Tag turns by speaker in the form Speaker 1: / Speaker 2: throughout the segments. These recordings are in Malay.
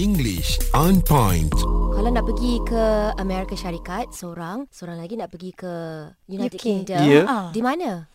Speaker 1: English on point.
Speaker 2: Kalau nak pergi ke Amerika Syarikat seorang, seorang lagi nak pergi ke United
Speaker 3: UK.
Speaker 2: Kingdom.
Speaker 4: Ya.
Speaker 3: Ah.
Speaker 2: Di mana?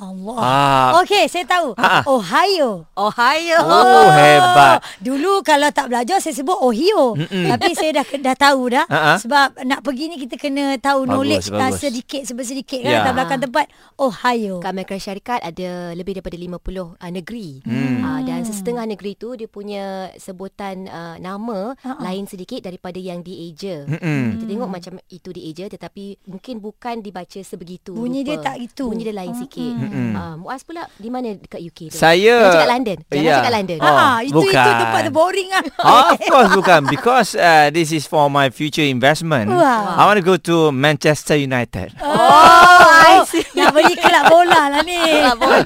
Speaker 3: Allah.
Speaker 4: Ah.
Speaker 3: Okey, saya tahu.
Speaker 4: Ah, ah.
Speaker 3: Ohio.
Speaker 2: Ohio.
Speaker 4: Oh, hebat.
Speaker 3: Dulu kalau tak belajar saya sebut Ohio. Mm-mm. Tapi saya dah dah tahu dah
Speaker 4: Ah, ah.
Speaker 3: sebab nak pergi ni kita kena tahu
Speaker 4: Bagus,
Speaker 3: knowledge
Speaker 4: bagus.
Speaker 3: Uh, sedikit sebab sedikit
Speaker 4: Ya.
Speaker 3: kan latar belakang tempat Ohio.
Speaker 2: Kat Amerika Syarikat ada lebih daripada 50 uh, negeri. Hmm. Uh, dan sesetengah negeri tu dia punya sebutan uh, nama
Speaker 3: Ah,
Speaker 2: uh-uh. lain sedikit daripada yang di Asia. Hmm. Kita tengok macam itu di Asia tetapi mungkin bukan dibaca sebegitu.
Speaker 3: Bunyi dia
Speaker 2: rupa.
Speaker 3: tak gitu.
Speaker 2: Bunyi dia lain sikit. Hmm. Uh, Muaz pula di mana dekat UK tu?
Speaker 4: Saya-
Speaker 2: Jangan cakap London. Jangan
Speaker 4: Ya.
Speaker 2: cakap London.
Speaker 4: Oh,
Speaker 3: Ah, itu itu
Speaker 4: bukan.
Speaker 3: tempat tu boring ah.
Speaker 4: Oh, of course bukan because uh, this is for my future investment.
Speaker 3: Wow.
Speaker 4: I want to go to Manchester United.
Speaker 3: Oh, I see. Nak beli kelab bola lah ni.
Speaker 2: Tak boleh.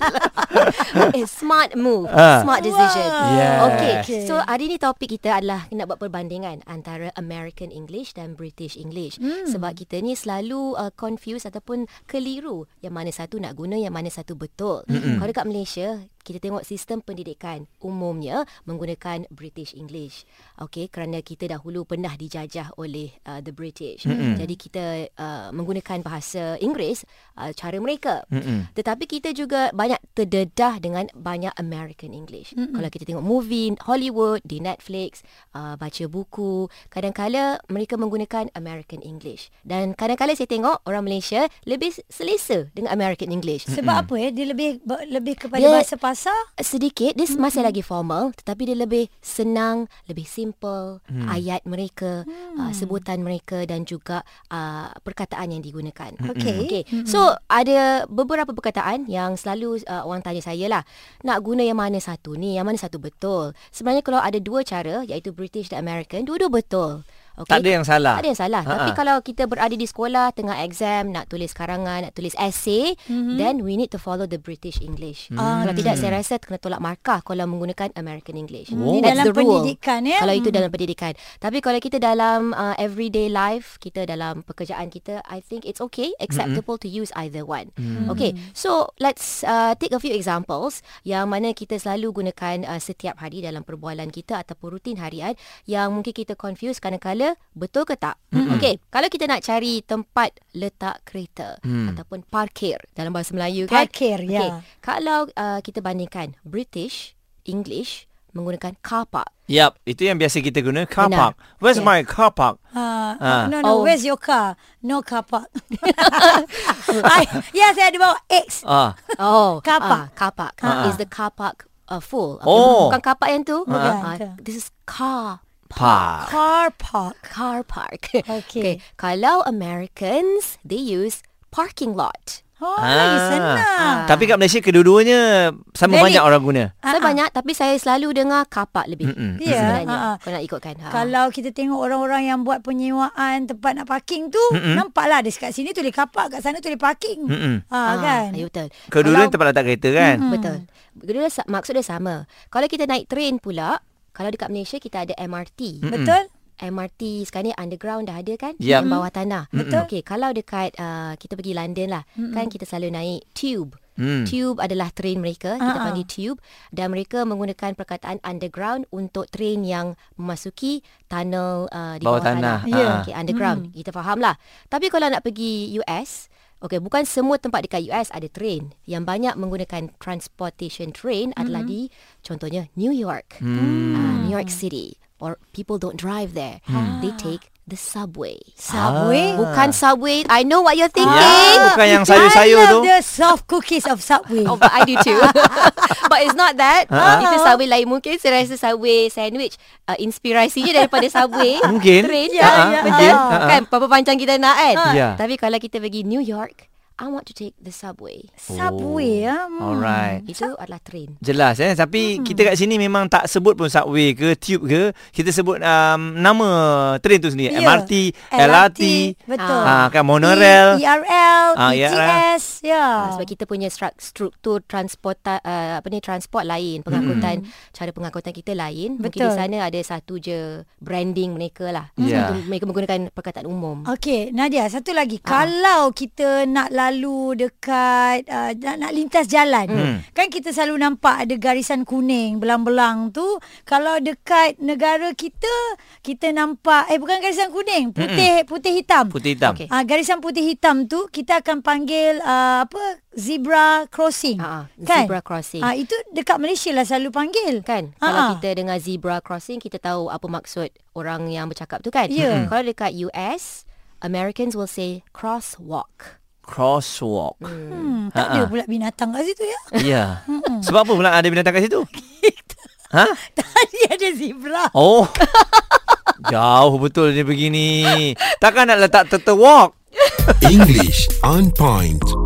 Speaker 2: eh, smart move,
Speaker 4: Ah.
Speaker 2: smart decision.
Speaker 3: Wow.
Speaker 4: Yes.
Speaker 2: Okay.
Speaker 3: Okay.
Speaker 2: so hari ni topik kita adalah nak buat perbandingan antara American English dan British English. Hmm. Sebab kita ni selalu uh, confuse ataupun keliru yang mana satu nak guna, yang mana satu betul. Hmm. Kalau dekat Malaysia, kita tengok sistem pendidikan umumnya menggunakan British English. Okay, kerana kita dahulu pernah dijajah oleh uh, the British. Hmm. Jadi kita uh, menggunakan bahasa Inggeris uh, cara mereka. Hmm. Tetapi kita juga banyak terdedah dengan banyak American English. Hmm. Kalau kita tengok movie Hollywood di Netflix, uh, baca buku, kadang-kala mereka menggunakan American English. Dan kadang-kala saya tengok orang Malaysia lebih selesa dengan American English.
Speaker 3: Sebab apa eh? Dia lebih ber- lebih kepada
Speaker 2: Dia-
Speaker 3: bahasa pasar.
Speaker 2: sedikit dia masih lagi formal tetapi dia lebih senang lebih simple hmm. ayat mereka hmm. uh, sebutan mereka dan juga uh, perkataan yang digunakan Hmm.
Speaker 3: Okey.
Speaker 2: okey so ada beberapa perkataan yang selalu uh, orang tanya saya lah nak guna yang mana satu ni yang mana satu betul sebenarnya kalau ada dua cara iaitu British dan American dua-dua betul okey
Speaker 4: Tak ada yang salah.
Speaker 2: tak ada yang salah.
Speaker 4: Ha-ha.
Speaker 2: Tapi kalau kita berada di sekolah tengah exam nak tulis karangan, nak tulis essay,
Speaker 4: Mhm.
Speaker 2: mm-hmm. then we need to follow the British English. Mm.
Speaker 4: Hmm.
Speaker 2: Kalau tidak saya rasa kena tolak markah kalau menggunakan American English.
Speaker 3: Oh. Ini dalam pendidikan, ya?
Speaker 2: Kalau itu dalam pendidikan. Tapi kalau kita dalam uh, everyday life, kita dalam pekerjaan kita, I think it's okay, acceptable mm-hmm. to use either one. Mm. Okay. So, let's uh, take a few examples yang mana kita selalu gunakan uh, setiap hari dalam perbualan kita ataupun rutin harian yang mungkin kita confuse kadang-kala betul ke tak. Mm-hmm. Okay. Kalau kita nak cari tempat letak kereta mm. ataupun parkir dalam bahasa Melayu kan.
Speaker 3: Parkir,
Speaker 2: Okey,
Speaker 3: ya.
Speaker 2: Kalau uh, kita bandingkan British, English menggunakan car park.
Speaker 4: Yep, itu yang biasa kita guna car
Speaker 2: Benar.
Speaker 4: park. Where's
Speaker 2: Yeah.
Speaker 4: my car park?
Speaker 3: Uh,
Speaker 4: Ah.
Speaker 3: No, no.
Speaker 2: Oh.
Speaker 3: Where's your car? No car park. I, ya, saya ada bawa X.
Speaker 4: Ah,
Speaker 2: Oh,
Speaker 3: Car
Speaker 2: ah,
Speaker 3: park.
Speaker 2: car park.
Speaker 4: Ah.
Speaker 2: Is the car park uh, full? Okay,
Speaker 4: Oh.
Speaker 2: Bukan car park yang tu.
Speaker 3: Bukan,
Speaker 2: Ah,
Speaker 3: tu.
Speaker 2: this is car
Speaker 4: park.
Speaker 3: Car park.
Speaker 2: car park.
Speaker 3: Okay.
Speaker 2: Kalau Americans, they use parking lot.
Speaker 3: Oh, lagi
Speaker 4: Ah.
Speaker 2: Ah.
Speaker 3: senang.
Speaker 4: Tapi kat Malaysia kedua-duanya sama
Speaker 3: Valid.
Speaker 4: banyak orang guna.
Speaker 3: Ah,
Speaker 2: Saya banyak tapi saya selalu dengar car park lebih. Mm-mm.
Speaker 3: Ya,
Speaker 2: Sebenarnya.
Speaker 3: ah, ah.
Speaker 2: Kalau nak ikutkan. Ha.
Speaker 3: Kalau kita tengok orang-orang yang buat penyewaan tempat nak parking tu, mm nampaklah ada kat sini tulis kapak, kat sana tulis parking.
Speaker 4: Mm-mm.
Speaker 3: Ha,
Speaker 2: Ah,
Speaker 3: kan?
Speaker 2: ya, betul.
Speaker 4: Kedua-duanya
Speaker 2: Kalau-
Speaker 4: tempat letak kereta kan?
Speaker 2: Hmm. Betul. Kedua sa- maksud dia sama. Kalau kita naik train pula, kalau dekat Malaysia kita ada MRT.
Speaker 3: Betul?
Speaker 2: MRT sekarang ni underground dah ada kan yang
Speaker 4: Yap.
Speaker 2: bawah tanah.
Speaker 3: Betul.
Speaker 2: Okey, kalau dekat uh, kita pergi London lah, kan kita selalu naik tube.
Speaker 4: Hmm.
Speaker 2: Tube adalah train mereka, kita
Speaker 3: Ah, ah.
Speaker 2: panggil tube dan mereka menggunakan perkataan underground untuk train yang memasuki tunnel uh, di bawah,
Speaker 4: Bawah tanah,
Speaker 2: tanah.
Speaker 4: Ya. ah.
Speaker 2: Okey, underground. Kita faham lah. Tapi kalau nak pergi US, Okey, bukan semua tempat dekat US ada train. Yang banyak menggunakan transportation train adalah di contohnya New York, uh, New York City. Or people don't drive there. They take the subway.
Speaker 3: Subway?
Speaker 2: Bukan subway. I know what you're thinking.
Speaker 4: Ya, bukan yang sayur-sayur
Speaker 3: I love
Speaker 4: tu.
Speaker 3: the soft cookies of Subway.
Speaker 2: Oh, but I do too. but it's not that.
Speaker 4: Ha?
Speaker 2: Itu Subway lain. Mungkin saya rasa Subway sandwich uh, inspirasinya daripada Subway.
Speaker 4: Mungkin.
Speaker 2: Train.
Speaker 4: Ya,
Speaker 2: kan?
Speaker 4: ya.
Speaker 2: Betul.
Speaker 4: Mungkin. Ha, ha.
Speaker 2: Kan, berapa panjang kita nak kan.
Speaker 4: Ya.
Speaker 2: Tapi kalau kita pergi New York, I want to take the Subway.
Speaker 3: Subway,
Speaker 2: ya.
Speaker 3: ah. Hmm.
Speaker 4: Oh. Alright.
Speaker 2: Itu adalah train.
Speaker 4: Jelas eh tapi hmm. kita kat sini memang tak sebut pun subway ke tube ke kita sebut um, nama train tu sendiri
Speaker 3: Ya.
Speaker 4: MRT LRT
Speaker 3: Betul.
Speaker 4: ah kan monorail
Speaker 3: E- ERL,
Speaker 4: Ah,
Speaker 3: ETS, ya.
Speaker 2: Uh, sebab kita punya strak- struktur transport uh, apa ni transport lain, pengangkutan
Speaker 4: Hmm.
Speaker 2: cara pengangkutan kita lain. Mungkin di
Speaker 3: Betul.
Speaker 2: sana ada satu je branding mereka lah.
Speaker 4: Ya. Ah.
Speaker 2: Mereka menggunakan perkataan umum.
Speaker 3: Okey, Nadia, satu lagi. Kalau kita nak lalu dekat uh, nak, nak lintas jalan. Hmm. Kan kita selalu nampak ada garisan kuning belang-belang tu. Kalau dekat negara kita kita nampak eh bukan garisan kuning, putih hmm. putih hitam.
Speaker 4: Putih hitam.
Speaker 2: Okey.
Speaker 4: Okay.
Speaker 3: Ah uh, garisan putih hitam tu kita akan panggil uh, apa zebra crossing.
Speaker 2: Ah, ah,
Speaker 3: kan?
Speaker 2: zebra crossing.
Speaker 3: Ah uh, itu dekat Malaysia lah selalu panggil.
Speaker 2: Kan?
Speaker 3: Ah,
Speaker 2: Kalau
Speaker 3: ah.
Speaker 2: kita dengar zebra crossing, kita tahu apa maksud orang yang bercakap tu kan?
Speaker 3: Ya.
Speaker 2: Mm. Kalau dekat US, Americans will say crosswalk.
Speaker 4: Crosswalk.
Speaker 3: Hmm, tak ada
Speaker 4: Ah, ah.
Speaker 3: pula binatang kat situ ya.
Speaker 4: Ya. Sebab apa pula ada binatang kat situ? ha?
Speaker 3: Tadi ada zebra.
Speaker 4: Oh. Jauh betul dia begini. Takkan nak letak turtle walk.
Speaker 1: English on point.